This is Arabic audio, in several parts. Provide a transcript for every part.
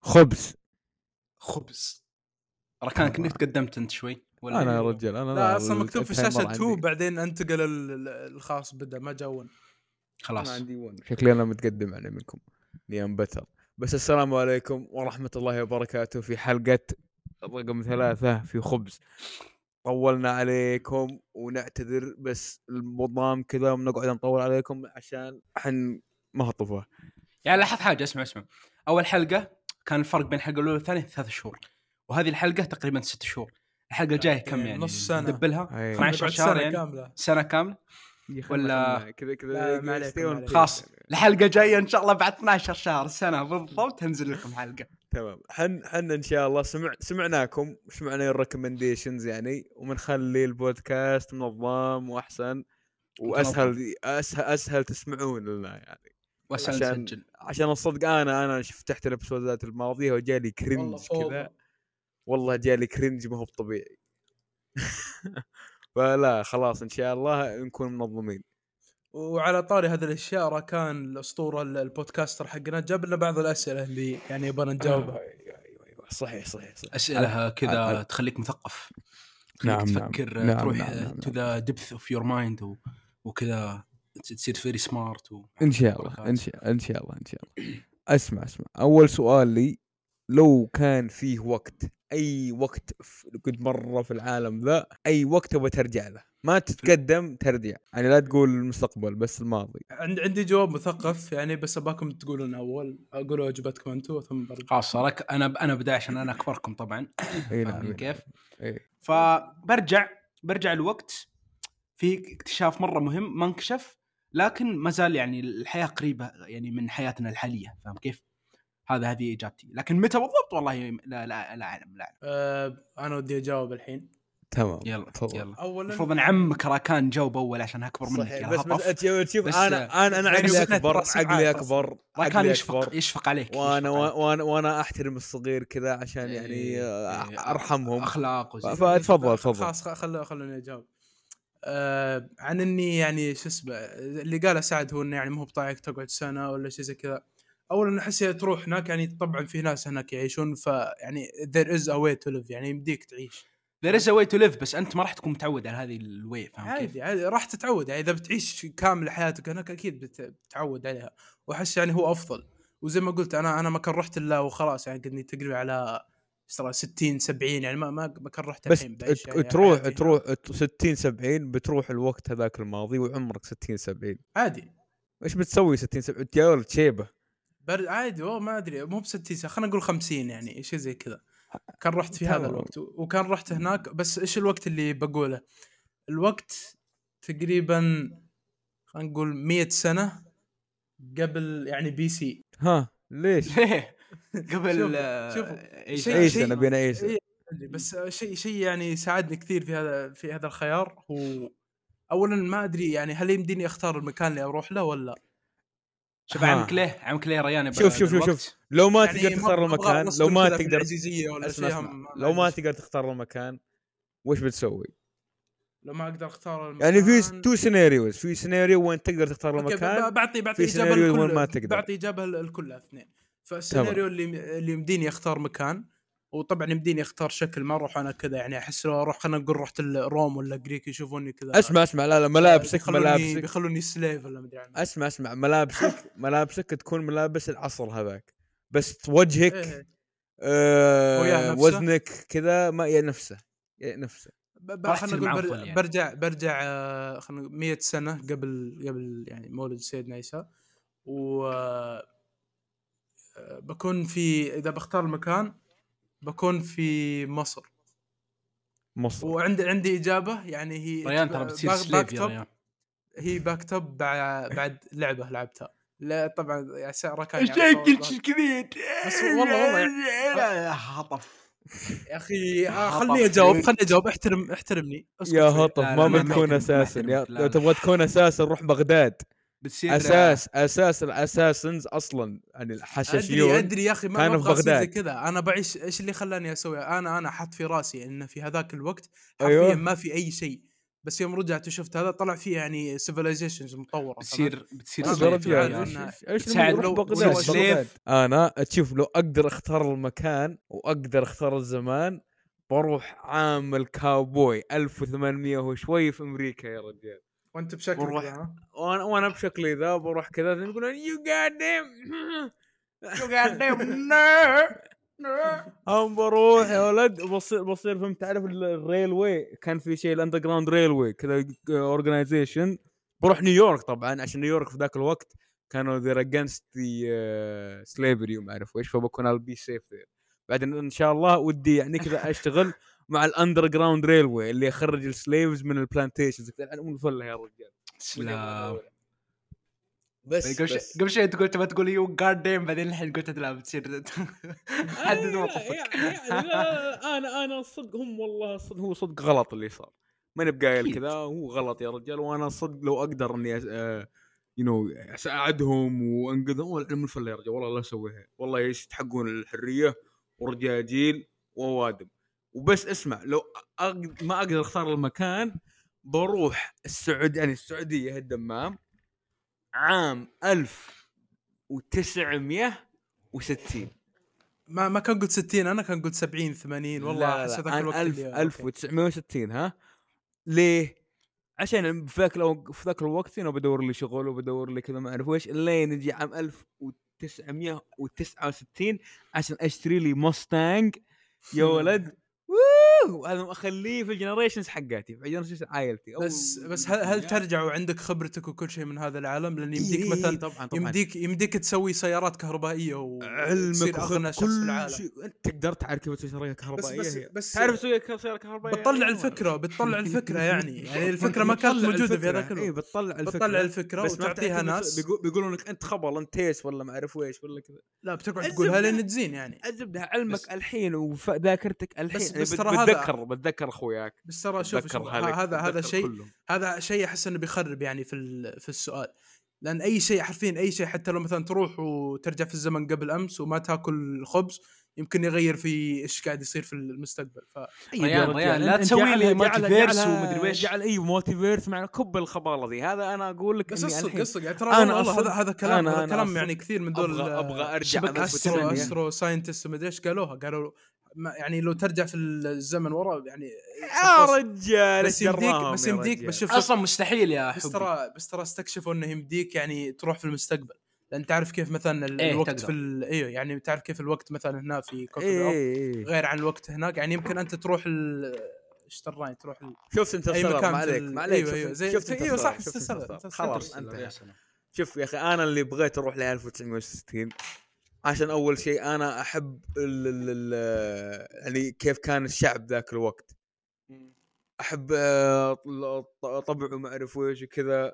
خبز خبز ركان كنت تقدمت انت شوي ولا إيه؟ انا يا رجال انا لا اصلا مكتوب في التايمر الشاشه 2 عندي. بعدين انتقل ال- ال- الخاص بدا ما جا 1 خلاص انا عندي 1 شكلي انا متقدم يعني منكم نيام بتر بس السلام عليكم ورحمه الله وبركاته في حلقه رقم ثلاثه في خبز طولنا عليكم ونعتذر بس النظام كذا بنقعد نطول عليكم عشان حن مهطفه يعني لاحظ حاجه اسمع اسمع اول حلقه كان الفرق بين الحلقه الاولى والثانيه ثلاث شهور وهذه الحلقه تقريبا ست شهور الحلقه الجايه كم يعني يعني نص سنة. ندبلها أي. 12 شهر بعد سنة يعني كامله سنه كامله ولا- كذا لا، كذا ما عليكم، ما عليكم. خلاص الحلقه الجايه ان شاء الله بعد 12 شهر سنه بالضبط تنزل لكم حلقه تمام حن حن ان شاء الله سمع سمعناكم سمعنا الريكومنديشنز يعني وبنخلي البودكاست منظم واحسن واسهل اسهل اسهل تسمعون لنا يعني واسال عشان- نسجل عشان الصدق انا انا فتحت الابسودات الماضيه وجالي والله كرنج فوضى. كذا والله جالي كرنج ما هو طبيعي فلا خلاص ان شاء الله نكون منظمين وعلى طاري هذه الاشياء راكان الاسطوره ال- البودكاستر حقنا جاب لنا بعض الاسئله اللي يعني يبغى نجاوبها أيوة، أيوة، أيوة. صحيح صحيح صحيح اسئله هل- كذا تخليك مثقف تخليك نعم، نعم، تفكر آه، نعم، تروح نعم، نعم، تو ذا ديبث اوف يور مايند وكذا تصير فيري سمارت ان شاء الله ان شاء ان شاء الله ان شاء الله اسمع اسمع اول سؤال لي لو كان فيه وقت اي وقت في- كنت مره في العالم ذا اي وقت ابغى ترجع له ما تتقدم ترجع يعني لا تقول المستقبل بس الماضي عند عندي جواب مثقف يعني بس اباكم تقولون اول اقولوا اجوبتكم انتم ثم برجع خلاص راك انا انا بدايه عشان انا اكبركم طبعا اي نعم فاهمين إي نعم. كيف؟ إيه. فبرجع برجع الوقت في اكتشاف مره مهم ما انكشف لكن ما زال يعني الحياه قريبه يعني من حياتنا الحاليه فاهم كيف؟ هذا هذه اجابتي لكن متى بالضبط والله لا لا لا اعلم لا اعلم أه انا ودي اجاوب الحين تمام يلا تفضل. يلا المفروض اولا ان عمك راكان جاوب اول عشان اكبر منك صحيح يا بس بس هطف. أتش- شوف بس- انا انا انا يعني عقلي بس- اكبر بس- عقلي اكبر راكان عقلي يشفق اكبر يشفق عليك وانا يشفق عليك. وانا وانا احترم الصغير كذا عشان يعني إيه، آه، إيه، ارحمهم اخلاق وزي كذا. فتفضل تفضل خلاص خ- خلو خلوني اجاوب أه عن اني يعني شو اسمه اللي قاله سعد هو انه يعني مو بطايعك تقعد سنه ولا شيء زي كذا اولا احس إذا تروح هناك يعني طبعا في ناس هناك يعيشون فيعني there is a way to live يعني يمديك تعيش There is a way to live بس انت ما راح تكون متعود على هذه الواي فاهم كيف؟ عادي عادي راح تتعود يعني اذا بتعيش كامل حياتك هناك اكيد بت- بتتعود عليها واحس يعني هو افضل وزي ما قلت انا انا ما كان رحت الا وخلاص يعني قدني تقريبا على إيش ترى 60 70 يعني ما ما ما كان رحت بس الحين يعني ت- تروح تروح 60 70 بتروح الوقت هذاك الماضي وعمرك 60 70 عادي ايش بتسوي 60 70 يا ولد شيبه برد عادي والله ما ادري مو ب 60 سنة، خلينا نقول 50 يعني شيء زي كذا كان رحت في هذا تمام. الوقت و- وكان رحت هناك بس ايش الوقت اللي بقوله؟ الوقت تقريبا خلينا نقول 100 سنه قبل يعني بي سي ها ليش؟ ليه؟ قبل شوف- آه، شوف، إيش شيء- عيش شيء- انا بين عيش إيه. أدري، بس شيء شيء يعني ساعدني كثير في هذا في هذا الخيار هو اولا ما ادري يعني هل يمديني اختار المكان اللي اروح له ولا شوف ها. عمك ليه عمك ليه ريان آه. شوف- شوف- شوف- شوف. لو ما يعني تقدر تختار أبغى المكان أصدر لو ما كذا في تقدر العزيزيه ولا اسمع شيء اسمع هم- لو ما عندي- تقدر تختار المكان وش بتسوي؟ لو ما اقدر اختار المكان يعني في تو سيناريوز في سيناريو وين تقدر تختار أوكي، ب- المكان بعطي في بعطي اجابه سيناريو وين لكل ما تقدر. بعطي اجابه للكل اثنين فالسيناريو اللي اللي يمديني اختار مكان وطبعا يمديني اختار شكل ما اروح انا كذا يعني احس لو اروح خلينا نقول رحت روم ولا جريك يشوفوني كذا اسمع اسمع لا لا ملابسك بيخلوني- ملابسك بيخلوني سليف ولا مدري عنه اسمع اسمع ملابسك ملابسك تكون ملابس العصر هذاك بس إيه. وجهك آه وياه نفسه؟ وزنك كذا ما يا نفسه يا نفسه ب- ب- راح خلنا تصير نقول بر... معفن يعني. برجع برجع آه، خلنا نقول 100 سنه قبل قبل يعني مولد سيدنا عيسى و آه، بكون في اذا بختار المكان بكون في مصر مصر وعندي عندي اجابه يعني هي ريان ترى بتصير باك- سليف باكتب- يا ريان هي باكت اب بعد لعبه لعبتها لا طبعا يا سعر كان شكلك كبير يعني بس والله- والله يا هطف يا اخي آه، هطف. خلني اجاوب خلني اجاوب احترم احترمني اسكت يا شوي. هطف لا، ما لا، ما بتكون يمكن، ما اساسا يا يمكن، لا، لو لا. إيه، تبغى تكون اساسا روح بغداد بتصير اساس اساس الاساسنز اصلا يعني ادري الحشاشيون ادري يا اخي ما كانوا كانوا في في زي بغداد. كذا انا بعيش ايش اللي خلاني اسوي انا انا حط في راسي انه في هذاك الوقت حرفيا أيوه. ما في اي شيء بس يوم رجعت وشفت هذا طلع فيه يعني سيفلايزيشنز مطوره بتصير بتصير أنا slave برجع يعني. أنا- بتساعد نقول؟ لو- روح بغداد. لو بتصير أشوف- slave. انا تشوف لو اقدر اختار المكان واقدر اختار الزمان بروح عامل كاوبوي 1800 وشوي في امريكا يا رجال وانت بشكل والله. كذا، ها؟ وانا وانا بشكلي ذا بروح كذا يقولون يو جاد You goddamn هم بروح إيه. يا ولد بصير بصير فهمت تعرف ال- الريل واي كان في شيء الاندر جراوند ريل واي كذا اورجنايزيشن بروح نيويورك طبعا عشان نيويورك في ذاك الوقت كانوا ذير اجينست ذا سليفري آه، وما اعرف ايش فبكون ال بي سيف بعدين ان شاء الله ودي يعني كذا اشتغل مع الاندر جراوند ريل واي اللي يخرج السليفز من البلانتيشنز من الفله يا رجال سلام بس, قبل شوي بس. قبل شوي انت قلت ما تقول يو جاردين بعدين الحين قلت لا بتصير حدد أيوة، موقفك يعني- يعني لا- لا، انا انا صدق هم والله صدق هو صدق غلط اللي صار ماني بقايل أكيد. كذا هو غلط يا رجال وانا صدق لو اقدر اني يو نو اساعدهم وانقذهم ولا من الفله يا رجال والله لا اسويها والله يستحقون الحريه ورجاجيل ووادم وبس اسمع لو أقد... ما اقدر اختار المكان بروح السعود يعني السعوديه الدمام عام 1960 ما ما كان قلت 60 انا كان قلت 70 80 والله لا أحس لا هذاك لا الوقت عام اللي- 1000 1960 ها ليه؟ عشان في ذاك الوق- في ذاك الوقت انا بدور لي شغل وبدور لي كذا ما اعرف ايش لين نجي عام 1969 عشان اشتري لي موستانج يا ولد ووو هذا اخليه في الجنريشنز حقاتي في الجنريشنز عائلتي أو- بس بس هل, هل ترجع وعندك خبرتك وكل شيء من هذا العالم لان إيه، يمديك إيه، مثلا طبعا طبعا يمديك يمديك تسوي سيارات كهربائيه و- علمك وتصير اغنى وخبرتك شخص في كل العالم شيء انت تقدر تعرف كيف تسوي سياره بس كهربائيه بس هي. بس تعرف تسوي أيوة. سياره كهربائيه بتطلع ولا؟ الفكره بتطلع الفكره يعني يعني الفكره ما كانت بتطلع موجوده في الفكرة. هذاك إيه، الوقت بتطلع الفكره بتطلع الفكره بس ما وتعطيها بتعرف إنه ناس بيقو- بيقولون لك انت خبل انت تيس ولا ما اعرف ايش ولا كذا لا بتقعد الزبدة. تقولها لين تزين يعني الزبده علمك بس- الحين وذاكرتك الحين بس- يعني بس بت- ترى هذا- بتذكر بتذكر اخوياك بس ترى شوف بتذكر شوف، هلك، ه- هذا هذا بتذكر شيء كلهم. هذا شيء احس انه بيخرب يعني في ال- في السؤال لان اي شيء حرفيا اي شيء حتى لو مثلا تروح وترجع في الزمن قبل امس وما تاكل خبز يمكن يغير في ايش قاعد يصير في المستقبل ف طيب ريان- يا رجال، ريان، يعني لا أنت تسوي جعل- لي جعل- موتيفيرس جعل- ومدري ويش. جعل اي موتيفيرس مع كب الخباله ذي هذا انا اقول لك بس إني الصدق الحين الصدق يعني ترى أنا والله والله أصدق- هذا هذا كلام أنا- هذا أنا كلام أصدق يعني كثير من دول ابغى ابغى ارجع شبكة استرو 1800. استرو ساينتست مدري ايش قالوها قالوا ما يعني لو ترجع في الزمن ورا يعني يا رجال إيش بس يمديك جراهم بس يا يمديك رجال. بس شوف اصلا مستحيل يا بس حبي ترى بس ترى استكشفوا انه يمديك يعني تروح في المستقبل لان تعرف كيف مثلا ال- إيه، الوقت تقدر. في ال- ايوه يعني تعرف كيف الوقت مثلا هنا في كوكب إيه، الارض إيه، إيه. غير عن الوقت هناك يعني يمكن انت تروح ال اشتراين تروح ال... شفت انت أي الصغر مكان ما في عليك ال- ما عليك أيوة، شفت- أيوة، زي- شفت أيوة، الصغر، صح، شفت تستغرب، الصغر. تستغرب. خلاص انت يا سلام. شوف يا اخي انا اللي بغيت اروح ل 1960 عشان اول شيء انا احب ال ال ال يعني كيف كان الشعب ذاك الوقت احب آه، طل- ط- طبعه وما اعرف ايش وكذا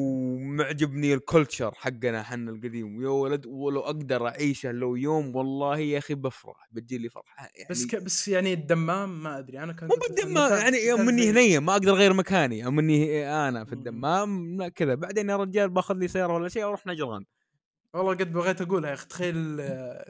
ومعجبني الكلتشر حقنا حنا القديم يا ولد ولو اقدر اعيشه لو يوم والله يا اخي بفرح بتجي لي فرحه يعني بس ك... بس يعني الدمام ما ادري انا كان مو قلت مثلاً بالدمام مكان- يعني مكان مني زي- هنيه ما اقدر اغير مكاني او مني انا في مم. الدمام لا كذا بعدين يا رجال باخذ لي سياره ولا شيء واروح نجران والله قد بغيت اقولها يا اخي تخيل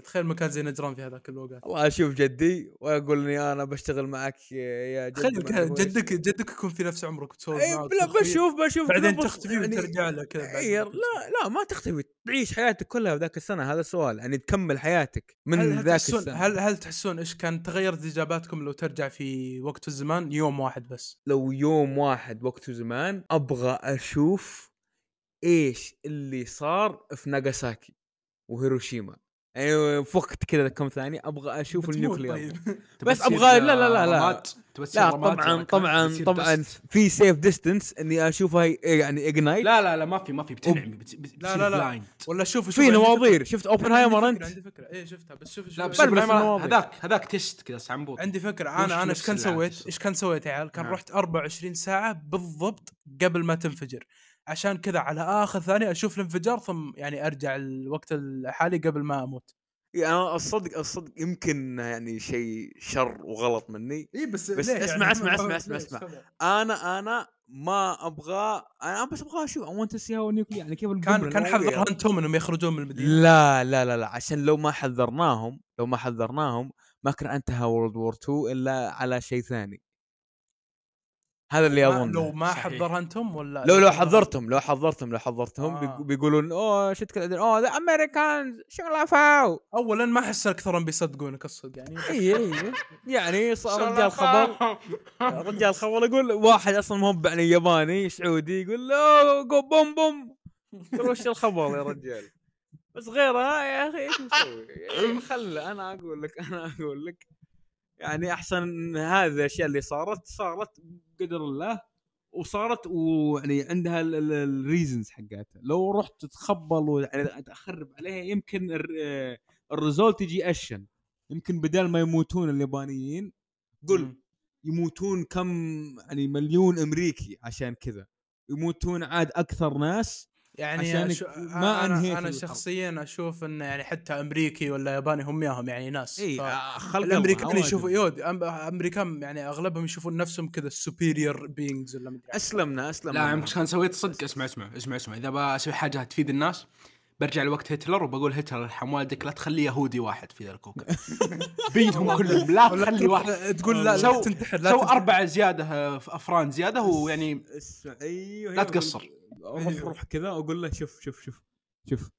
تخيل مكان زي نجران في هذاك الوقت والله اشوف جدي ويقول لي انا بشتغل معك يا جد تخيل ما أعرف ك- إيش. جدك جدك يكون في نفس عمرك وتسولف اي معه إيه، لا وتخويه، بشوف بشوف بعدين كذا بص- تختفي يعني- وترجع له كذا بعد إيه، فترة. لا لا ما تختفي تعيش حياتك كلها ذاك السنه هذا السؤال يعني تكمل حياتك من هل هل ذاك تحسون السنه هل هل تحسون ايش كان تغيرت اجاباتكم لو ترجع في وقت الزمان يوم واحد بس لو يوم واحد وقته زمان ابغى اشوف ايش اللي صار في ناغاساكي وهيروشيما يعني في وقت كذا كم ثانية ابغى اشوف بتموت النيوكلير طيب تبى بس تصير أبغى- لا- لا- لا- لا. رماد؟ تبى تصير لا رماد طبعا ولا طبعا تصير طبعا dust؟ في سيف ديستنس اني اشوفها ي- يعني اجنايت لا لا لا ما في ما في بتنعمي بت- بت- بتصير لا، لا. blind. ولا شوف في نواظير شفت اوبنهايمر انت عندي فكره ايه شفتها بس شوف لا شوف بلبس بس إبراهيم، النواظر. هذاك هذاك تيست كذا سعنبوط عندي فكره وش انا انا ايش نفس كان اللي عاد سويت يصير؟ ايش كان سويت يا عيال كان نعم. رحت 24 ساعه بالضبط قبل ما تنفجر عشان كذا على اخر ثانيه اشوف الانفجار ثم يعني ارجع الوقت الحالي قبل ما اموت يعني أنا الصدق الصدق يمكن يعني شيء شر وغلط مني اي بس بس ليه؟ اسمع- يعني اسمع- اسمع- اسمع- اسمع. انا انا ما ابغى انا بس ابغى اشوف اي ونت سي هاو يعني كيف كان القنبلة كان النووية. حذر انتم انهم يخرجون من المدينه لا لا لا لا عشان لو ما حذرناهم لو ما حذرناهم ما كان انتهى وورلد وور 2 الا على شيء ثاني هذا اللي ما- اظن لو ما صحيح. حضرها انتم ولا لو لو حضرتهم لو حضرتهم لو حضرتهم آه. بيقو- بيقولون اوه شو تكلم اوه ذا امريكانز شو لافاو اولا ما احس اكثرهم بيصدقونك الصدق يعني اي اي يعني صار رجال خبر رجال خبر يقول واحد اصلا مو يعني ياباني سعودي يقول له جو بوم بوم ترى وش الخبر يا رجال بس غيرها يا اخي ايش مسوي؟ يعني خله انا اقول لك انا اقول لك يعني احسن إن هذه الاشياء اللي صارت صارت بقدر الله وصارت ويعني عندها الريزنز حقتها لو رحت تخبل ويعني تخرب عليها يمكن الر- الريزولت يجي اشن يمكن بدل ما يموتون اليابانيين قل يموتون كم يعني مليون امريكي عشان كذا يموتون عاد اكثر ناس عشانك يعني أشو... ما ما أنهيت انا, أنا الحرب. شخصيا اشوف انه يعني حتى امريكي ولا ياباني هم ياهم يعني ناس اي ف- آه، خلق الامريكان الله، يشوفوا عوادم. يود أم- امريكان يعني اغلبهم يشوفون نفسهم كذا السوبيريور بينجز ولا مدري اسلمنا اسلمنا لا عم كان سويت صدق اسمع اسمع اسمع اسمع اذا بسوي حاجه تفيد الناس برجع لوقت هتلر وبقول هتلر يرحم والدك لا تخلي يهودي واحد في ذا الكوكب بينهم كلهم لا تخلي واحد تقول لا سو- لا تنتحر لا سو تنتحر. اربع زياده آه، ف- افران زياده ويعني يعني اسمع ايوه لا تقصر. أيوه. روح روح كذا اقول له شوف شوف شوف شوف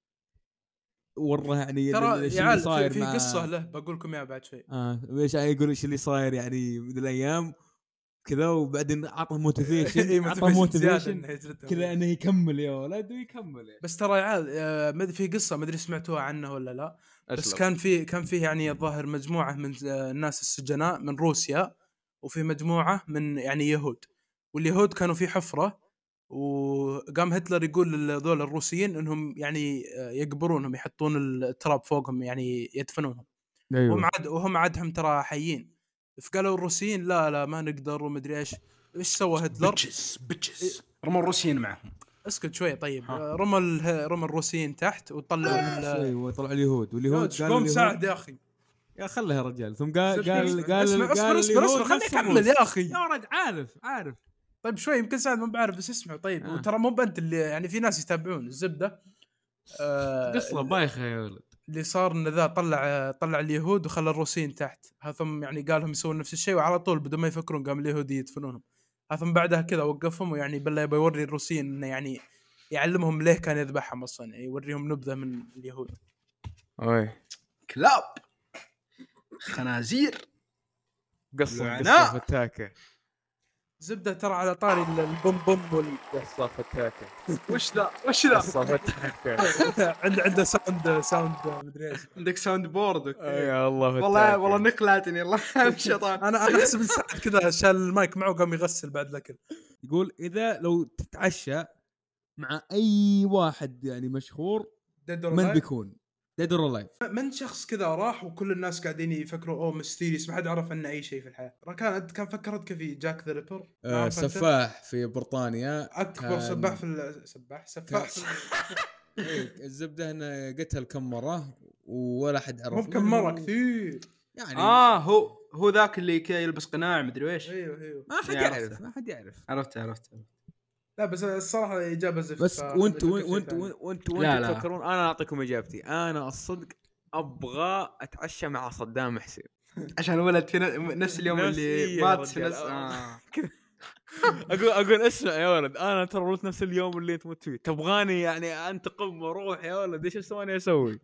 وراه يعني ترى ال- يا شو اللي عيال في- صاير في مع- قصه له بقول لكم اياها بعد شوي اه ايش يقول ايش اللي صاير يعني من الايام كذا وبعدين اعطى موتيفيشن اعطى موتيفيشن كذا كذا انه يكمل يا ولد ويكمل يعني بس ترى يا عيال آه، ما أدري في قصه ما ادري سمعتوها عنه ولا لا بس كان في كان في يعني الظاهر مجموعه من آه، الناس السجناء من روسيا وفي مجموعه من يعني يهود واليهود كانوا في حفره وقام هتلر يقول لذول الروسيين انهم يعني آه، يقبرونهم يحطون التراب فوقهم يعني يدفنونهم أيوه. وهم عاد وهم عادهم ترى حيين فقالوا الروسيين لا لا ما نقدر ومدري ايش ايش سوى هتلر بتشز بتشز رموا الروسيين معهم اسكت شوي طيب ها. آه، رمى ال- رمى الروسيين تحت وطلعوا ال- آه، ايوه طلع اليهود واليهود قالوا قوم اليهود- ساعد يا اخي يا خله يا رجال ثم قال صدق قال اسمع- قال اسمع قال اصبر اصبر اليهود اصبر خليني نفس اكمل الروس. يا اخي يا ولد عارف عارف طيب شوي يمكن سعد ما بعرف بس اسمع طيب آه. وترى مو بنت اللي يعني في ناس يتابعون الزبده آه قصه بايخه يا ولد اللي صار ان ذا طلع طلع اليهود وخلى الروسيين تحت ها ثم يعني قالهم يسوون نفس الشيء وعلى طول بدون ما يفكرون قام اليهود يدفنونهم ها ثم بعدها كذا وقفهم ويعني بالله يبي يوري الروسيين انه يعني يعلمهم ليه كان يذبحهم اصلا يعني يوريهم نبذه من اليهود اوي كلاب خنازير قصه لعنة. قصه فتاكه زبده ترى على طاري ال- البوم بوم وال قصه فتاكه وش ذا وش قصه فتاكه عنده عنده ساوند ساوند مدري ايش عندك ساوند بورد يا الله فتاكه نقلتني الله يرحم الشيطان انا انا احسب إن سعد كذا شال المايك معه وقام يغسل بعد الاكل يقول اذا لو تتعشى مع اي واحد يعني مشهور من بيكون ديد اور لايف من شخص كذا راح وكل الناس قاعدين يفكروا اوه ميستيريس ما حد عرف عنه اي شيء في الحياه را كان كان فكرتك في جاك ذا ريبر نعم، عارف أنت؟ آه، سفاح في بريطانيا اكبر كان- سباح في ال- سباح سفاح في ال- إيه، الزبده انه قتل كم مره ولا حد عرف مو بكم منه. مره كثير يعني اه هو هو ذاك اللي كي يلبس قناع مدري ايش ايوه ايوه ما حد يعرف. يعرف ما حد يعرف عرفت عرفت عرفت. لا بس الصراحه اجابه زفت بس ف- وانت بشوف شيء وانت ثاني. وانت وانت لا، لا. تفكرون انا اعطيكم اجابتي انا الصدق ابغى اتعشى مع صدام حسين عشان ولد في ن- نفس اليوم نفس اللي إيه مات يا في رجال. نفس آه. اقول اقول اسمع يا ولد انا ترى ولدت نفس اليوم اللي انت مت فيه تبغاني يعني انتقم واروح يا ولد ايش ثواني اسوي؟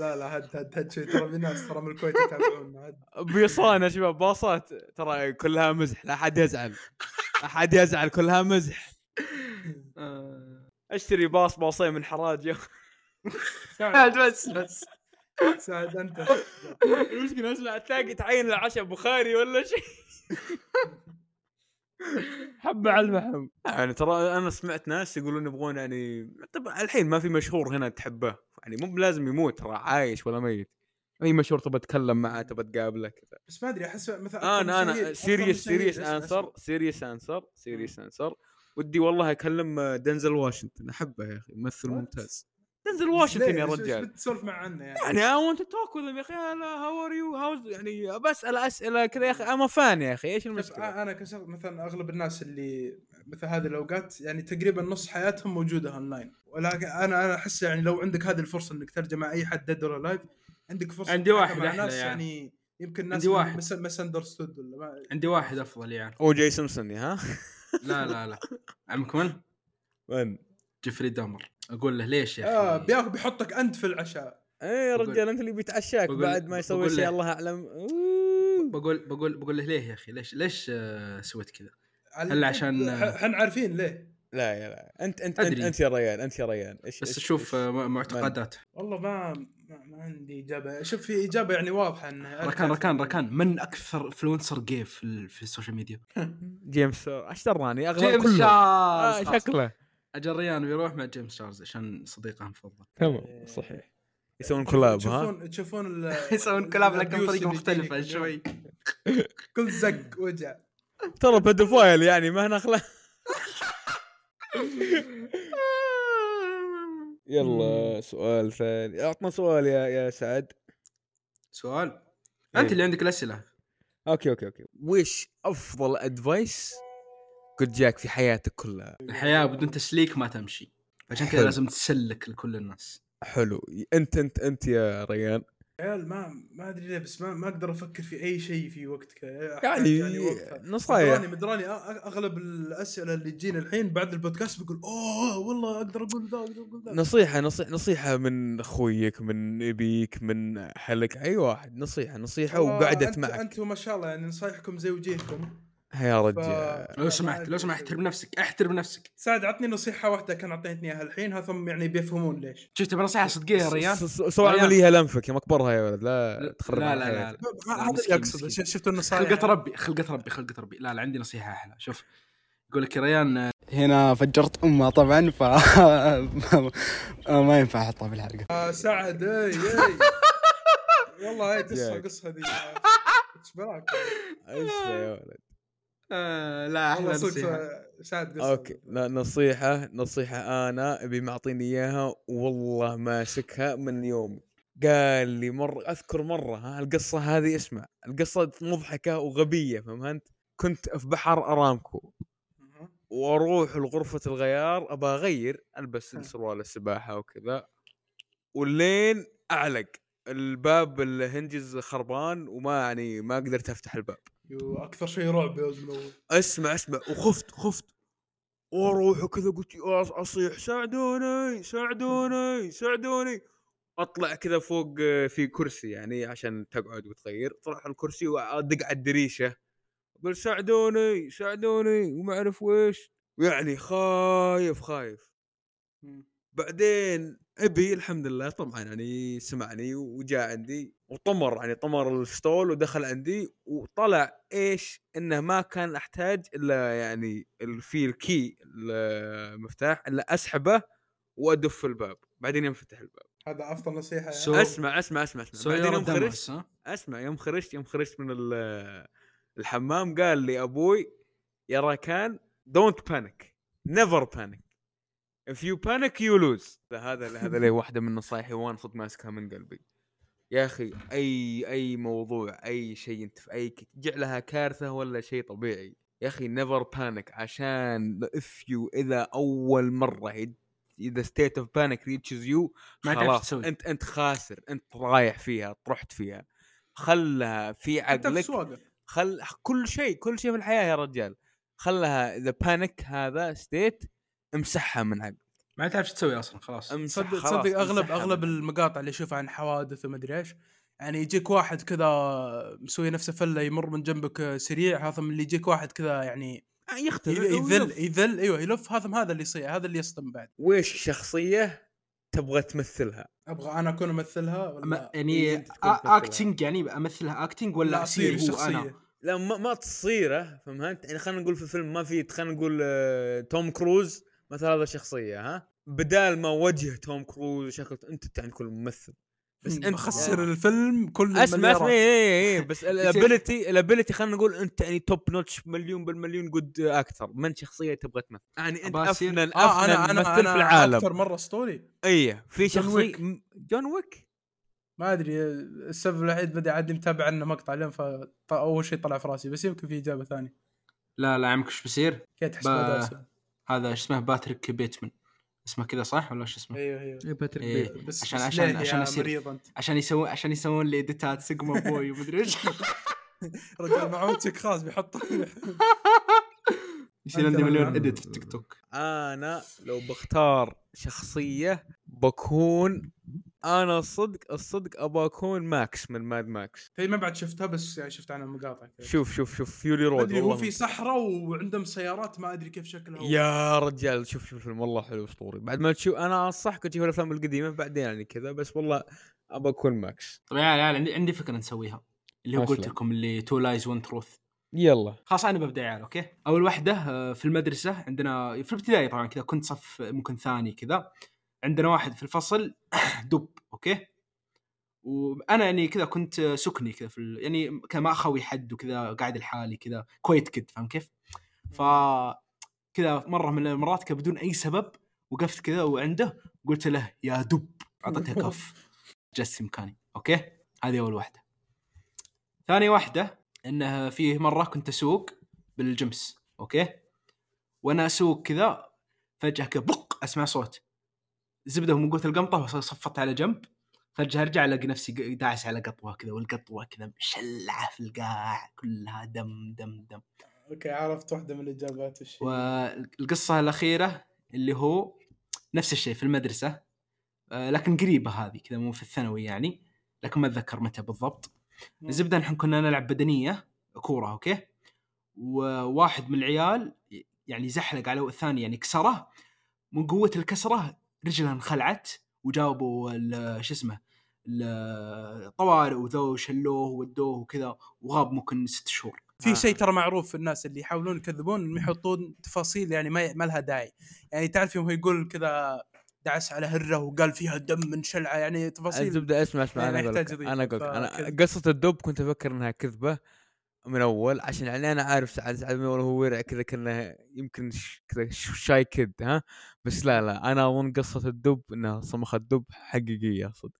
لا لا هد هد هد شوي ترى في ناس ترى من الكويت يتابعونا هد. بيصان يا شباب باصات ترى كلها مزح لا حد يزعل احد يزعل كلها مزح آه. اشتري باص باصين من حراج يا سعد آه. بس بس سعد انت المشكله اسمع تلاقي تعين العشاء بخاري ولا شيء حبه على الفحم يعني ترى انا سمعت ناس يقولون يبغون يعني طبعا الحين ما في مشهور هنا تحبه يعني مو بلازم يموت ترى عايش ولا ميت اي مشهور تبى تتكلم معه تبى تقابله كذا بس ما ادري احس مثلا انا انا سيريس سيريس انسر سيريس انسر سيريس انسر ودي والله اكلم دنزل واشنطن احبه يا اخي ممثل What? ممتاز دنزل واشنطن يا رجال بتسولف معه عنه يعني يعني اي ونت تو توك يا اخي هلا هاو ار يو هاوز يعني بسال اسئله كذا يا اخي انا فان يا اخي ايش بس المشكله؟ انا كشخص مثلا اغلب الناس اللي مثل هذه الاوقات يعني تقريبا نص حياتهم موجوده اونلاين ولكن انا انا احس يعني لو عندك هذه الفرصه انك ترجع مع اي حد ديد ولا لايف عندك فرصه عندي تتعامل واحد مع أحلى ناس يعني. يعني يمكن ناس عندي واحد. مس اندرستود ولا ما عندي واحد افضل يعني او جاي سمسوني ها؟ لا لا لا عمك من؟ من؟ جيفري دامر اقول له ليش يا اه اخي بياخذ بيحطك انت في العشاء ايه يا بقول- رجال انت اللي بيتعشاك بقول- بعد ما يسوي بقول شيء له. الله اعلم أوه. بقول بقول بقول له ليه يا اخي ليش ليش آه، سويت كذا؟ على- هلا عشان- احنا عارفين ليه لا يا لا انت انت انت, أدري. انت يا ريان انت يا ريان ايش بس إيش- شوف إيش- آه، م- معتقداته والله ما ما, ما عندي اجابه شوف في اجابه يعني واضحه انه ركان ركان ركان من اكثر انفلونسر جي في, ال- في السوشيال ميديا؟ جيمس شار. ايش دراني اغلب جيمس كلهم شارز آه خلاص. شكله اجل ريان بيروح مع جيمس شارز عشان صديقه المفضل تمام صحيح يسوون كولاب ها تشوفون تشوفون ال- يسوون كلاب لكن الأبيوس بطريقه اللي مختلفه يجيك. شوي كل زق وجع ترى بيدوفايل يعني ما نخله يلا سؤال ثاني اعطنا سؤال يا يا سعد سؤال انت اللي عندك الاسئله اوكي اوكي اوكي وش افضل ادفايس قد جاك في حياتك كلها الحياه بدون تسليك ما تمشي عشان كذا حلو. لازم تسلك لكل الناس حلو انت انت انت يا ريان عيال ما ما ادري ليه بس ما ما اقدر افكر في اي شيء في وقت كذا يعني نصايح مدراني مدراني أ- أ- اغلب الاسئله اللي تجينا الحين بعد البودكاست بقول اوه والله اقدر اقول ذا اقدر اقول ذا نصيحة نصيحة نصيحة من اخويك من ابيك من حلك اي واحد نصيحة نصيحة والله وقعدت آه، أنت- معك انتم ما شاء الله يعني نصايحكم زي وجيهكم يا ف- رجال لو سمحت لو سمحت احترم نفسك احترم نفسك سعد عطني نصيحه واحده كان اعطيتني اياها الحين ها ثم يعني بيفهمون ليش شفت بنصيحه صدقيه يا ريان س- س- سوى ريان. عمليها لنفك يا مكبرها يا ولد لا لا تخرب لا على لا, حياتك. لا. هذا اللي مسكين، اقصده مسكين. شفتوا النصائح خلقة ربي خلقة ربي خلقة ربي لا لا عندي نصيحة أحلى شوف يقول لك يا ريان هنا فجرت امها طبعا ف ما ينفع احطها بالحلقه آه، سعد اي اي والله هاي قصه ياك. قصه ذي ايش بلاك ايش يا ولد آه لا أحلى والله صدق نصيحة آه، سعد قصه اوكي لا نصيحة نصيحة انا ابي معطيني اياها والله ماسكها من يومي قال لي مر اذكر مره ها القصه هذه اسمع القصه مضحكه وغبيه فهمت أنت؟ كنت في بحر ارامكو أها. واروح لغرفه الغيار ابى اغير البس سروال السباحه وكذا واللين اعلق الباب الهنجز خربان وما يعني ما قدرت افتح الباب يو، اكثر شيء رعب يا زلمه اسمع اسمع وخفت خفت واروح وكذا قلت أص- اصيح ساعدوني ساعدوني ساعدوني اطلع كذا فوق آه، في كرسي يعني عشان تقعد وتغير طلعت على الكرسي وادق على الدريشه اقول ساعدوني ساعدوني وما اعرف ويش يعني خايف خايف بعدين ابي الحمد لله طبعا يعني سمعني وجاء عندي وطمر يعني طمر الستول ودخل عندي وطلع ايش انه ما كان احتاج الا يعني ال- في الكي المفتاح الا اسحبه وادف الباب بعدين ينفتح الباب هذا افضل نصيحه يعني. سو- اسمع اسمع اسمع اسمع بعدين سيارة يوم خرجت دمس ها اسمع يوم خرجت يوم خرجت من ال- الحمام قال لي ابوي يا راكان دونت بانيك نيفر بانيك if you panic you lose هذا هذا ليه واحده من نصايحي وانا صدق ماسكها من قلبي يا اخي اي اي موضوع اي شيء انت في اي ك- جعلها كارثه ولا شيء طبيعي يا اخي نيفر بانيك عشان if you اذا اول مره يد- اذا state of panic reaches you ما تعرف خلاص تسوي. انت انت خاسر انت رايح فيها طرحت فيها خلها في حتى في عقلك السواقه خل كل شيء كل شيء في الحياه يا رجال خلها ذا بانيك هذا ستيت امسحها من عقلك ما تعرف شو تسوي أصلا خلاص امسح تصدق خلاص، تصدق اغلب امسحها اغلب من- المقاطع اللي اشوفها عن حوادث ومدري ايش يعني يجيك واحد كذا مسوي نفسه فله يمر من جنبك سريع هذا من اللي يجيك واحد كذا يعني آه، يختلف يذل ويلف. يذل ايوه يلف هذا هذا اللي يصيح هذا اللي يصدم بعد ويش الشخصيه تبغى تمثلها ابغى انا اكون امثلها ولا إيه، يعني أنت تكون تمثلها. اكتنج يعني امثلها اكتنج ولا لا اصير هو انا لا ما, ما تصيره فهمت يعني خلينا نقول في فيلم ما في خلينا نقول آه، توم كروز مثلا هذا شخصيه ها بدال ما وجه توم كروز وشكل انت يعني تكون ممثل بس انت مخسر الفيلم كل اسمع المليارات. اسمع اي اي اي إيه، بس يصير- الابيلتي الابيلتي خلينا نقول انت يعني توب نوتش مليون بالمليون جود اكثر من شخصيه تبغى تمثل يعني انت أبغى أصير- افنن آه افنن انا انا ممثل انا في العالم اكثر مره اسطوري اي إيه. في جون شخصيه ويك. م- جون ويك ما ادري السبب الوحيد بدي عاد متابع عنه مقطع لين فاول شيء طلع في راسي بس يمكن في اجابه ثانيه لا لا عمك ايش بيصير كيف تحسب با- هذا أسهل؟ هذا ايش اسمه باتريك بيتمن اسمه كذا صح ولا ايش اسمه ايوه ايوه باتريك إيه. بيت. بس عشان- بس عشان- ليه يا عشان أصير. مريض انت عشان يسوون عشان يسوون لي اديتات سيجما بوي ومدري ايش رجال معوتك خلاص بيحط يصير عندي مليون اديت في تيك توك انا لو بختار شخصيه بكون انا الصدق الصدق ابى اكون ماكس من ماد ماكس في ما بعد شفتها بس يعني شفت عنها مقاطع إيه. كذا شوف شوف شوف فيولي ما رود ادري هو والله في صحراء وعندهم سيارات ما ادري كيف شكلها يا رجال شوف شوف الفيلم والله حلو اسطوري بعد ما تشوف انا انصحك تشوف الافلام القديمه بعدين يعني كذا بس والله ابى اكون ماكس طبعا يا عيال عندي عندي فكره نسويها اللي هو أصلاً. قلت لكم اللي تو لايز ون تروث يلا خلاص يعني، انا ببدا يا عيال اوكي اول واحده آه، في المدرسه عندنا في الابتدائي طبعا كذا كنت صف ممكن ثاني كذا عندنا واحد في الفصل دب اوكي وانا يعني كذا كنت آه، سكني كذا في ال... يعني كان ما اخوي حد وكذا قاعد لحالي كذا كويت كد فاهم كيف؟ ف كذا مره من المرات كذا بدون اي سبب وقفت كذا وعنده قلت له يا دب اعطيته كف جس مكاني اوكي هذه اول واحده ثاني واحده انه في مره كنت اسوق بالجمس اوكي وانا اسوق كذا فجاه كذا بق اسمع صوت زبده من قوه القمطه وص- صفت على جنب فجاه ارجع الاقي نفسي ق- داعس على قطوه كذا والقطوه كذا مشلعه في القاع كلها دم دم دم اوكي عرفت واحده من الاجابات وش هي. والقصة الأخيرة اللي هو نفس الشيء في المدرسة آه، لكن قريبة هذه كذا مو في الثانوي يعني لكن ما أتذكر متى بالضبط مم. الزبدة نحن كنا نلعب بدنية كورة أوكي وواحد من العيال يعني زحلق على الثاني يعني كسره من قوة الكسرة رجله انخلعت وجابوا ال- شو اسمه ال- الطوارئ وذو شلوه ودوه وكذا وغاب ممكن ست شهور آه. في شيء ترى معروف في الناس اللي يحاولون يكذبون انهم يحطون تفاصيل يعني ما, ما لها داعي يعني تعرف يوم هو يقول كذا دعس على هره وقال فيها دم من شلعه يعني تفاصيل الزبده اسمع اسمع يعني انا يحتاج اقول يضيف، انا اقول فكذا. انا قصه الدب كنت افكر انها كذبه من اول عشان يعني انا عارف سعد سعد من اول هو ورع كذا كانه يمكن ش- كذا ش- شاي كد ها بس لا لا انا اظن قصه الدب انها صمخ الدب حقيقيه صدق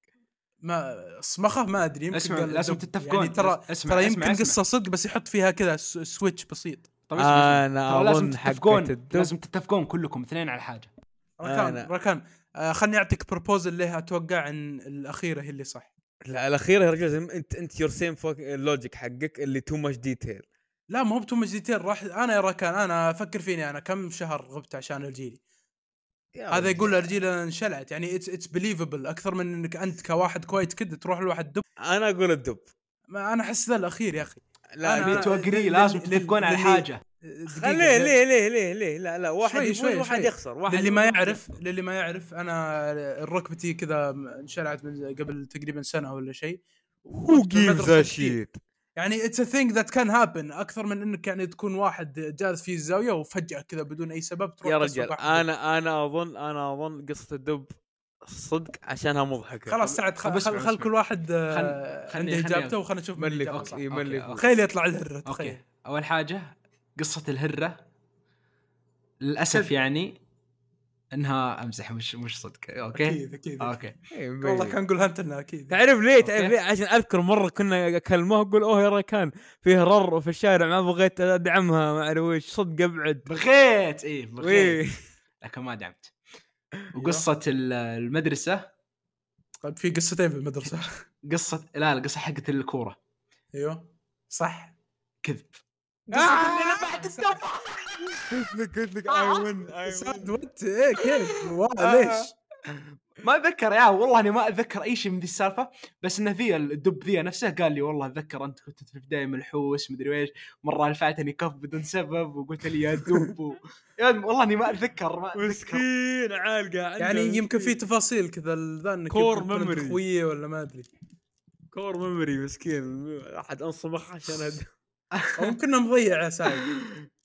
ما صمخه ما ادري يمكن اسمع قال لازم دب. تتفقون يعني ترى اسمع ترى اسمع- يمكن اسمع. قصه صدق بس يحط فيها كذا س- سويتش بسيط طب اسمع اسمع. انا ترى لازم اظن حقه تتفقون آه، الدب لازم تتفقون كلكم اثنين على حاجه ركان أنا- ركان آه خلني اعطيك بروبوزل لها اتوقع ان الاخيره هي اللي صح لا الاخيره يا رجل زم- انت انت يور سيم اللوجيك حقك اللي تو ماتش ديتيل لا ما هو بتوم ديتيل إيه راح انا يا ركان انا فكر فيني انا كم شهر غبت عشان الجيلي هذا يقول الرجيله انشلعت يعني اتس اتس بليفبل اكثر من انك انت كواحد كويت كده تروح لواحد دب انا اقول الدب ما انا احس ذا الاخير يا اخي لا أنا- أبي- ابي توقري لل- لازم لل- تتفقون على للي- حاجه آه، دقيقة، خليه ليه ليه ليه ليه لا لا واحد شوي- يفوز شوي- واحد شوي. يخسر واحد للي ما يفوز، واحد يعرف للي ما يعرف انا ركبتي كذا انشلعت من قبل تقريبا سنه ولا شيء Who في gives المدرسة a كثير. shit؟ يعني اتس ا ثينج ذات كان هابن اكثر من انك يعني تكون واحد جالس في الزاويه وفجاه كذا بدون اي سبب تروح يا تسبق رجال واحد. انا انا اظن انا اظن قصه الدب صدق عشانها مضحكه خلاص سعد خل, طب اسمع- خل, خل اسمع. كل واحد آه، خل- خلني- عنده خلني اجابته أقول. وخلنا نشوف من من اللي اللي يفوز صح. من اللي أوكي، يفوز. تخيل يطلع الهره تخيل اوكي اول حاجه قصه الهره للاسف يعني انها امزح مش مش صدق اوكي اكيد اكيد اوكي إيه، مبين. والله كان نقول هانتنا اكيد تعرف ليه أوكي. تعرف ليه عشان اذكر مره كنا اكلمه اقول اوه يا كان فيه رر في الشارع ما بغيت ادعمها ما اعرف وش صدق ابعد بغيت ايه بغيت وي. لكن ما دعمت وقصه ال- المدرسه طيب في قصتين في المدرسه قصه لا القصه حقت الكوره ايوه صح آه! كذب قلت لك قلت لك اي ون اي سعد وات ايه كيف والله ليش ما اتذكر يا والله اني ما اتذكر اي شيء من ذي السالفه بس انه ذي الدب ذي نفسه قال لي والله اتذكر انت كنت في البدايه ملحوس مدري ايش مره رفعتني كف بدون سبب وقلت لي يا دب و... يا ولد والله اني ما اتذكر ما اتذكر مسكين عالقه عنده يعني يمكن في مسكين. تفاصيل كذا ال- ذا انك Core يمكن كنت memory. خويه ولا ما ادري كور ميموري مسكين احد انصمخ عشان أد- او يمكن مضيع يا سعد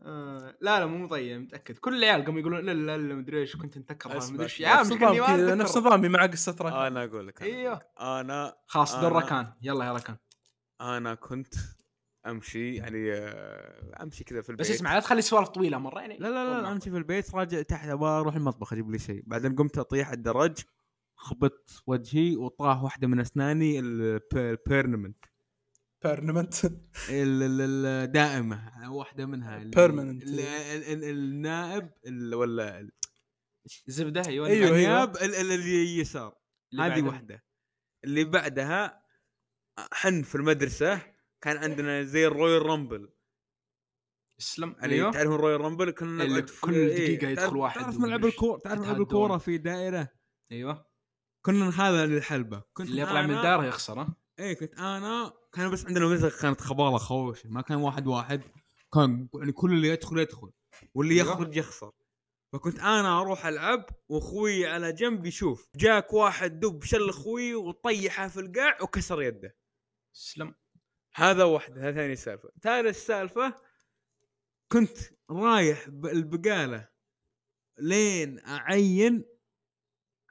آه، لا لا مو مضيع متاكد كل العيال قاموا يقولون لا لا لا مدري ايش كنت اتذكر أسمع، مدري ايش أسمع. يا عم نفس آه، إني ما نظام كذا، أتذكر. نفس نظامي مع قصه راكان انا اقول لك أنا أيوه. أقول لك. انا خلاص أنا- آه، درة كان يلا يا ركان انا كنت امشي يعني آه، امشي كذا في البيت بس اسمع لا تخلي السوالف طويله مره يعني لا لا لا والله. امشي في البيت راجع تحت ابغى اروح المطبخ اجيب لي شيء بعدين قمت اطيح الدرج خبطت وجهي وطاح واحده من اسناني البيرنمنت بيرنمنت الدائمه واحده منها ال- Permanent. ال- ال- ال- النائب ال- ولا ال- زبده ايوه أيوه، أيوه. النياب ال- ال- اليسار اللي هذه بعدها. واحده اللي بعدها حن في المدرسه كان عندنا زي الرويال رامبل اسلم أيوة. يعني ايوه تعرفون رويال رامبل كنا اللي نقعد في- كل إيه، دقيقة تعرف- يدخل واحد تعرف ومدري ملعب إيش. الكوره تعرف ملعب يتعدون. الكوره في دائره ايوه كنا هذا للحلبه كنت اللي يطلع من أنا- داره يخسر ها ايه كنت انا كان بس عندنا مزق كانت خباله خوش ما كان واحد واحد كان يعني كل اللي يدخل يدخل واللي أيوة. يخرج يخسر فكنت انا اروح العب واخوي على جنب يشوف جاك واحد دب شل اخوي وطيحه في القاع وكسر يده اسلم هذا واحد هذا ثاني سالفه ثالث سالفه كنت رايح ب- البقاله لين اعين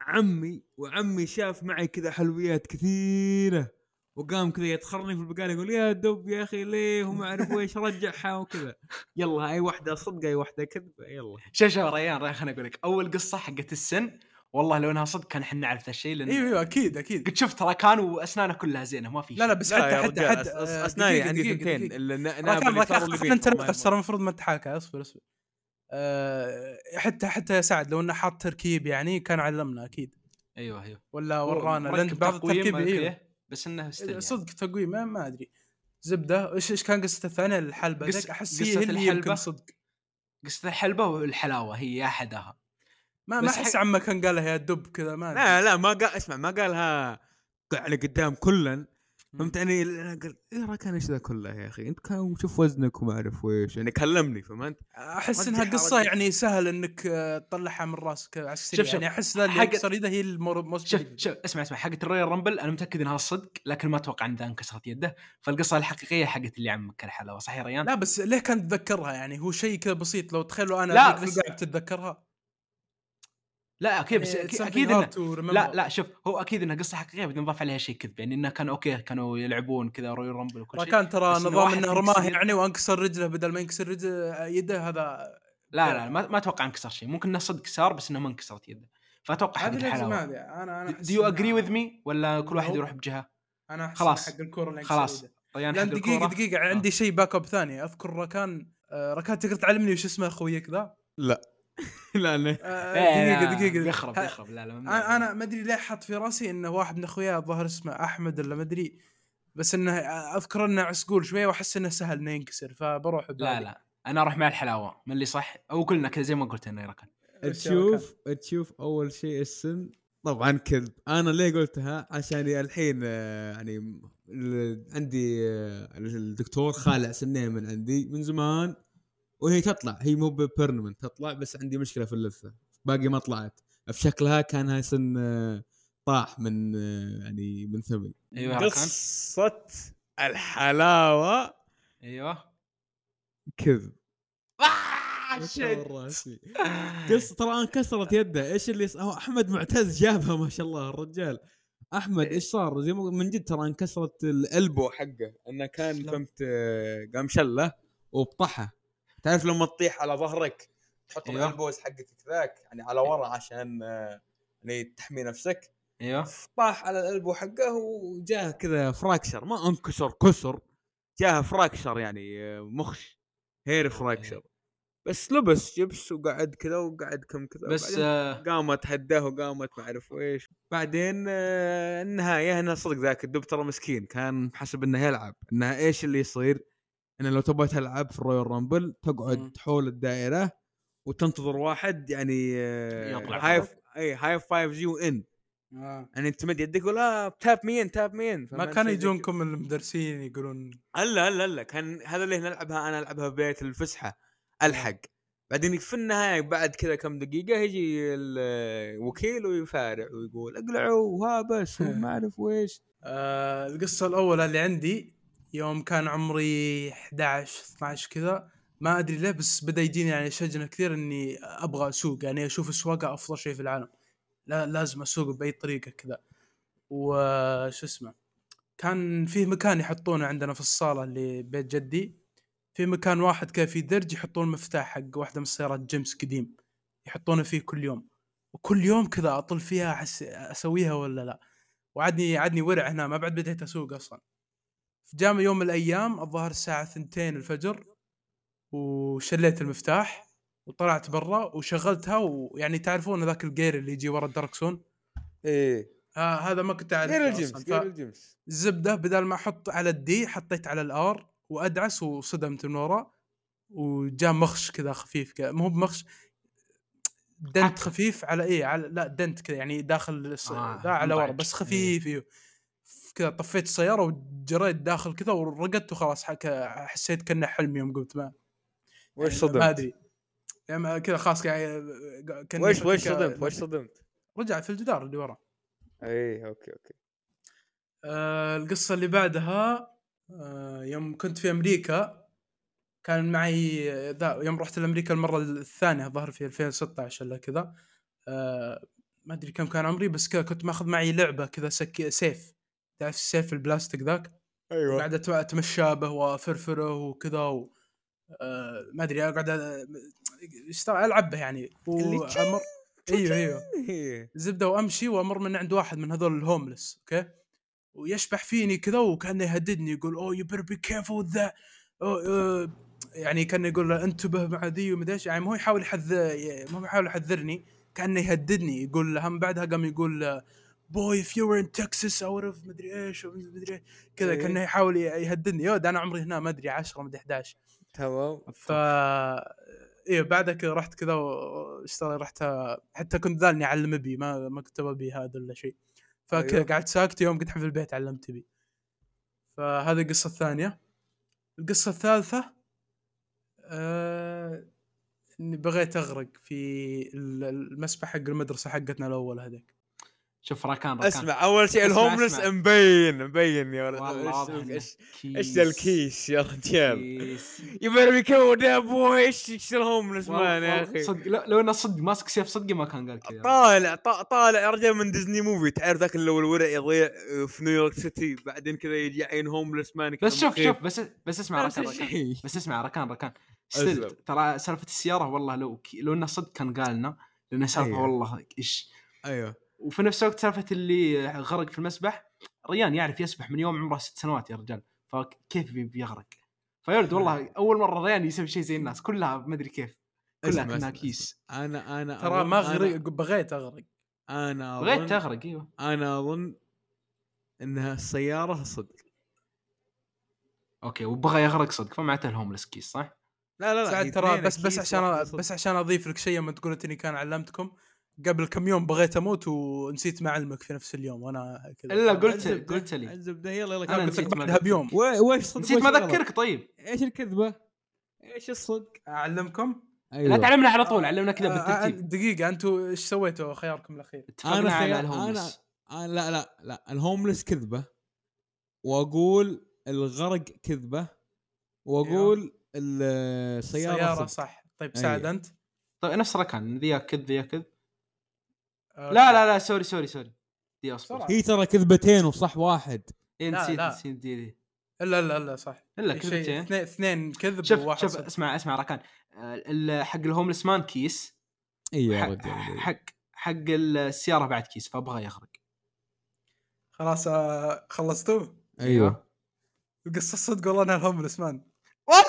عمي وعمي شاف معي كذا حلويات كثيره وقام كذا يتخرني في البقاله يقول يا دب يا اخي ليه وما اعرف ايش رجعها وكذا يلا اي واحده صدق اي واحده كذبه يلا شوف شوف ريان ريان خليني اقول لك اول قصه حقت السن والله لو انها صدق كان احنا نعرف ذا الشيء لان ايوه ايوه اكيد اكيد قد شفت ترى كان واسنانه كلها زينه ما في لا لا بس حتى حتى حتى آه، اسناني دقيقة، يعني عندي دقيقة، ثنتين دقيقة. النابل ركان اللي صاروا اللي ركان خلنا نتناقش ترى المفروض ما نتحاكى اصبر اصبر آه، حتى حتى سعد لو انه حاط تركيب يعني كان علمنا اكيد ايوه ايوه ولا ورانا لان مركب بعض تقويم التركيب ما أدري ايوه إيه، بس انه استنى صدق تقويم ما- ما ادري زبده ايش ايش كان قصه الثانيه الحلبه قص- ذيك احس قصة هي اللي الحلبة؟ يمكن صدق قصه الحلبه والحلاوه هي يا حداها ما ما بس احس حق- عمه كان قالها يا دب كذا ما أدري. لا لا ما قال اسمع ما قالها يعني قدام كلن فهمت يعني انا قلت ايه راكان ايش ذا كله يا اخي انت كان شوف وزنك وما اعرف ويش يعني كلمني فهمت احس ودي انها قصه حركة. يعني سهل انك آه، تطلعها من راسك على السريع شوف، شوف. يعني احس ذا اللي حق- يكسر يده هي الموست شوف شوف اسمع اسمع حقت الرويال رامبل انا متاكد انها صدق لكن ما اتوقع ان ذا انكسرت يده فالقصه الحقيقيه حقت اللي عمك الحلاوه صح يا ريان؟ لا بس ليه كان تتذكرها يعني هو شيء كذا بسيط لو تخيلوا انا لا، لا بس- بس تتذكرها لا اوكي بس يعني أكيد, it's something أكيد hard انه to remember. لا لا شوف هو اكيد انها قصه حقيقيه بدنا نضاف عليها شيء كذب يعني انه كان اوكي كانوا يلعبون كذا رويال رامبل وكل شيء راكان ترى بس إنه نظام واحد انه يكسر رماه يده. يعني وانكسر رجله بدل ما ينكسر رجله آه، يده هذا لا لا ما, ما اتوقع انكسر شيء ممكن انه صدق صار بس انه ما انكسرت يده فاتوقع حق ما الحلاوه ادري انا انا أحس دو يو إنها- اجري وذ مي ولا كل واحد No. يروح بجهه؟ انا احس خلاص. خلاص حق الكره اللي ينكسر خلاص يده. ريان حق لان دقيقه الكوره دقيقه يعني عندي شيء باك اب ثاني اذكر راكان آه، راكان تقدر تعلمني وش اسمه اخويك ذا لا لا آه، إيه، دقيقه لا، دقيقه بيخرب ها- بيخرب لا لا ممنوع. انا أنا ما ادري ليه حط في راسي انه واحد من اخوياي الظاهر اسمه احمد ولا ما ادري بس انه اذكر انه عسقول شويه واحس انه سهل انه ينكسر فبروح لا لا انا اروح مع الحلاوه من اللي صح او كلنا كذا زي ما قلت انه يركن تشوف تشوف اول شيء السن طبعا كذب انا ليه قلتها عشان الحين آه، يعني م- ال- عندي آه، الدكتور خالع سنين من عندي من زمان وهي تطلع هي مو ببيرنمنت تطلع بس عندي مشكله في اللثه باقي ما طلعت في شكلها كانها سن آه، طاح من آه، يعني من ثمي ايوه يا ركان قصة الحلاوة ايوه كذب آه، شيت. قصة ترى انكسرت يده ايش اللي ص- هو احمد معتز جابها ما شاء الله الرجال احمد ايش صار زي ما من جد ترى انكسرت الالبو حقه انه كان سلام. فهمت آه، قام شله وبطحه تعرف لما تطيح على ظهرك تحط أيوه. الالبوز حقك كذاك يعني على ورا عشان آه، يعني تحمي نفسك ايوه طاح على الالبو حقه وجاه كذا فراكشر ما انكسر كسر جاه فراكشر يعني آه، مخش هير فراكشر بس لبس جبس وقعد كذا وقعد كم كذا بس وبعدين آه، قامت هداه وقامت ما اعرف ايش بعدين آه، النهايه انه صدق ذاك الدب ترى مسكين كان حسب انه يلعب انه ايش اللي يصير انه لو تبغى تلعب في الرويال رامبل مم. تقعد حول الدائره وتنتظر واحد يعني آه، إيه، يطلع هاي اي هاي فايف جي ان آه. يعني انت مد يدك ولا تاب مين تاب مين ما كانوا يجونكم المدرسين يقولون الا الا الا كان هذا اللي نلعبها انا العبها ببيت الفسحه الحق بعدين في النهايه بعد كذا كم دقيقه يجي الوكيل ويفارع ويقول اقلعوا وها بس وما اعرف ويش آه القصه الاولى اللي عندي يوم كان عمري 11 12 كذا ما ادري ليه بس بدا يجيني يعني شجنه كثير اني ابغى اسوق يعني اشوف السواقه افضل شيء في العالم لا لازم اسوق باي طريقه كذا وش اسمه كان فيه مكان يحطونه عندنا في الصاله اللي بيت جدي في مكان واحد كذا في درج يحطون المفتاح حق واحده من السيارات جيمس قديم يحطونه فيه كل يوم وكل يوم كذا اطل فيها احس اسويها ولا لا وعدني عدني ورع هنا ما بعد بديت اسوق اصلا جاء يوم من الايام الظهر الساعه 2 الفجر وشليت المفتاح وطلعت برا وشغلتها ويعني تعرفون ذاك الجير اللي يجي ورا الدركسون ايه ها هذا ما كنت اعرفه غير أصلاً. الجيمس ف- غير الجيمس الزبده بدل ما احط على الدي حطيت على الار وادعس وصدمت من ورا وجاء مخش كذا خفيف كذا مو بمخش دنت حك. خفيف على ايه على لا دنت كذا يعني داخل الص... آه، دا على مضعج. ورا بس خفيف ايوه كذا طفيت السياره وجريت داخل كذا ورقدت وخلاص حك... حسيت كانه حلم يوم قمت ما وش ما صدمت؟ ادري يعني ما- كذا خلاص يعني كأني وش فكك- وش صدمت؟ وش صدمت؟ إيه، رجع في الجدار اللي ورا اي اوكي اوكي آه، القصة اللي بعدها آه، يوم كنت في أمريكا كان معي آه، ذا يوم رحت لأمريكا المرة الثانية الظاهر في 2016 ولا كذا آه، ما أدري كم كان عمري بس كذا كنت ماخذ معي لعبة كذا سك... سيف تعرف السيف البلاستيك ذاك ايوه أيوة. قاعد أت- أتمشى به وأفرفره وكذا و... آه، ما أدري أقعد أ- اشتغل- ألعب به يعني اللي وأمر أيوة، أيوه أيوة، أيوه إيه، زبده وامشي وامر من عند واحد من هذول الهوملس اوكي ويشبح فيني كذا وكانه يهددني يقول "Oh, اوه يو بير بي كيرفول ذا يعني كان يقول له انتبه مع ذي ومدري ايش يعني ما هو يحاول يحذ ما هو يحاول يحذرني كانه يهددني يقول له- هم بعدها قام يقول بوي اف يو ان تكساس او اوف مدري ايش ومدري إيش. كذا إيه. كانه يحاول يهددني يود انا عمري هنا ما ادري 10 مدري 11 تمام ف ايه بعدها كذا رحت كذا واشتغل رحت حتى كنت ذالني اعلم ابي ما ما كنت ابي هذا ولا شيء فكذا أيوه. قعدت ساكت يوم قلت في البيت علمت ابي فهذه القصه الثانيه القصه الثالثه آه اني بغيت اغرق في ال- المسبح حق المدرسه حقتنا الاول هذيك شوف ركان ركان اسمع اول شيء اسمع، الهوملس اسمع. مبين مبين يا والله واضح ولد إنه ايش كيس. ايش ذا الكيس يا رجال كيس. يبقى بيكود يا ابوي ايش ايش الهوملس والله- مان يا والله اخي صدق لو, لو انه صدق ماسك سيف صدقي ما كان قال كذا طالع طا- طالع يا رجال من ديزني موفي تعرف ذاك اللي الورع يضيع آه، في نيويورك سيتي بعدين كذا يجي عين هوملس مان كذا بس شوف مخيف. شوف بس بس اسمع نفس ركان ركان الشيء بس اسمع ركان ركان أسلم. ستيل ترى سالفه السياره والله لو ك... لو انه صدق كان قالنا لان سالفه أيوه. والله ايش ايوه وفي نفس الوقت سالفه اللي غرق في المسبح ريان يعرف يسبح من يوم عمره ست سنوات يا رجال فكيف بي- بيغرق نعم. فيرد والله اول مره ريان يسوي شيء زي الناس كلها ما ادري كيف اسمع، كلها اسمع، كانها كيس اسمع. انا انا ترى أظن- ما أنا- غرق بغيت اغرق انا بغيت أظن- تغرق ايوه انا اظن انها السياره صدق اوكي وبغى يغرق صدق فمعناته الهوملس كيس صح؟ لا لا لا سعد ترى الاثنين بس بس أكيد عشان واحدة صدق. بس عشان اضيف لك شيء لما تقول اني كان علمتكم قبل كم يوم بغيت اموت ونسيت ما اعلمك في نفس اليوم وانا كذا لا قلت الزبدة- قلت لي الزبده يلا يلا أنا كمل. نسيت ما بعدها بيوم و- وش صدق نسيت وش ما غلط؟ اذكرك طيب ايش الكذبه؟ ايش الصدق؟ اعلمكم لا ايوه تعلمنا على طول علمنا كذا آه، آه، بالترتيب دقيقه انتم ايش سويتوا خياركم الاخير؟ اتفقنا أنا على خيار- الهوملس آه لا لا لا الهوملس كذبه واقول الغرق كذبه واقول أيوة. السياره سيارة سيارة صح طيب أي. سعد انت؟ طيب نفس ركان ذي كذب ذي كذب آه، لا لا لا سوري سوري سوري دي اصبر بسرعة. هي ترى كذبتين وصح واحد إيه، لا، نسيت لا. نسيت دي دي لا لا لا صح الا في شيء- كذبتين اثنين اثنين كذب شوف وواحد شوف صدق. اسمع اسمع ركان آه، ال- حق الهوملس مان كيس اي أيوة يا ح- رجال حق حق السياره بعد كيس فابغى يغرق خلاص آه، خلصتوا؟ ايوه القصة الصدق والله انها الهوملس مان وات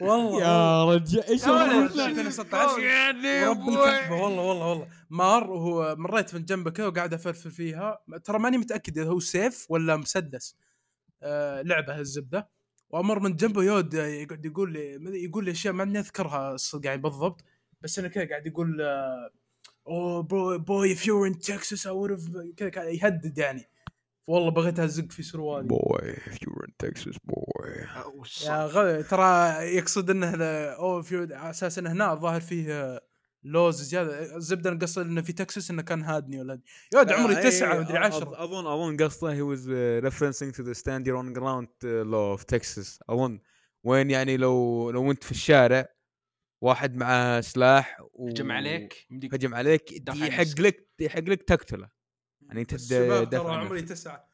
والله والله. يا رجال ايش يا ولد. الهوملس؟ 2016 يعني ورب الكذبة والله والله والله مار وهو مريت من جنبه كذا وقاعد افرفر فيها ترى ماني متاكد اذا هو سيف ولا مسدس آه لعبه الزبده وامر من جنبه يود يقعد يقول لي يقول لي اشياء ما عندي اذكرها الصدق يعني بالضبط بس انا كذا قاعد يقول آه، اوه بوي بوي اف يو ان تكساس اي كذا قاعد يهدد يعني والله بغيت ازق في سروالي بوي if you were in Texas boy يا غبي ترى يقصد انه ل- او في على اساس انه هنا الظاهر فيه لوز زياده الزبده أنا قصد انه في تكساس انه كان هادني ولا يا ولد آه، عمري إيه، تسعه مدري عشرة اظن اظن قصده uh, هي واز ريفرنسينج تو ذا ستاند يور اون جراوند لو اوف تكساس اظن وين يعني لو لو انت في الشارع واحد معه سلاح و... هجم عليك يمديك هجم عليك دافع عن يحق نفسك. لك يحق لك تقتله يعني انت الشباب تدافع ترى عن عمري نفسك. تسعه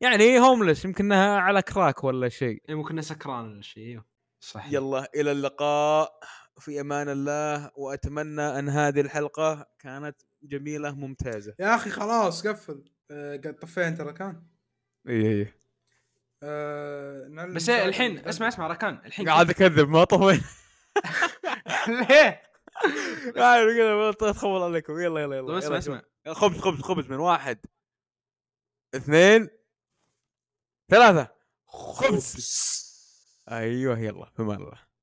يعني هوملس يمكن انها على كراك ولا شيء إيه، ممكن إنه سكران ولا شيء ايوه صح يلا الى اللقاء في امان الله واتمنى ان هذه الحلقه كانت جميله ممتازه يا اخي خلاص قفل آه، قد طفين ترى كان اي اي آه، نعلم بس سعد إيه، الحين نتأكد. اسمع اسمع ركان الحين قاعد اكذب ما طفيت ليه؟ عارف كذا تخول عليكم يلا يلا طيب يلا اسمع يلا اسمع شوف. خبز خبز خبز من واحد اثنين ثلاثة خبز ايوه يلا في امان الله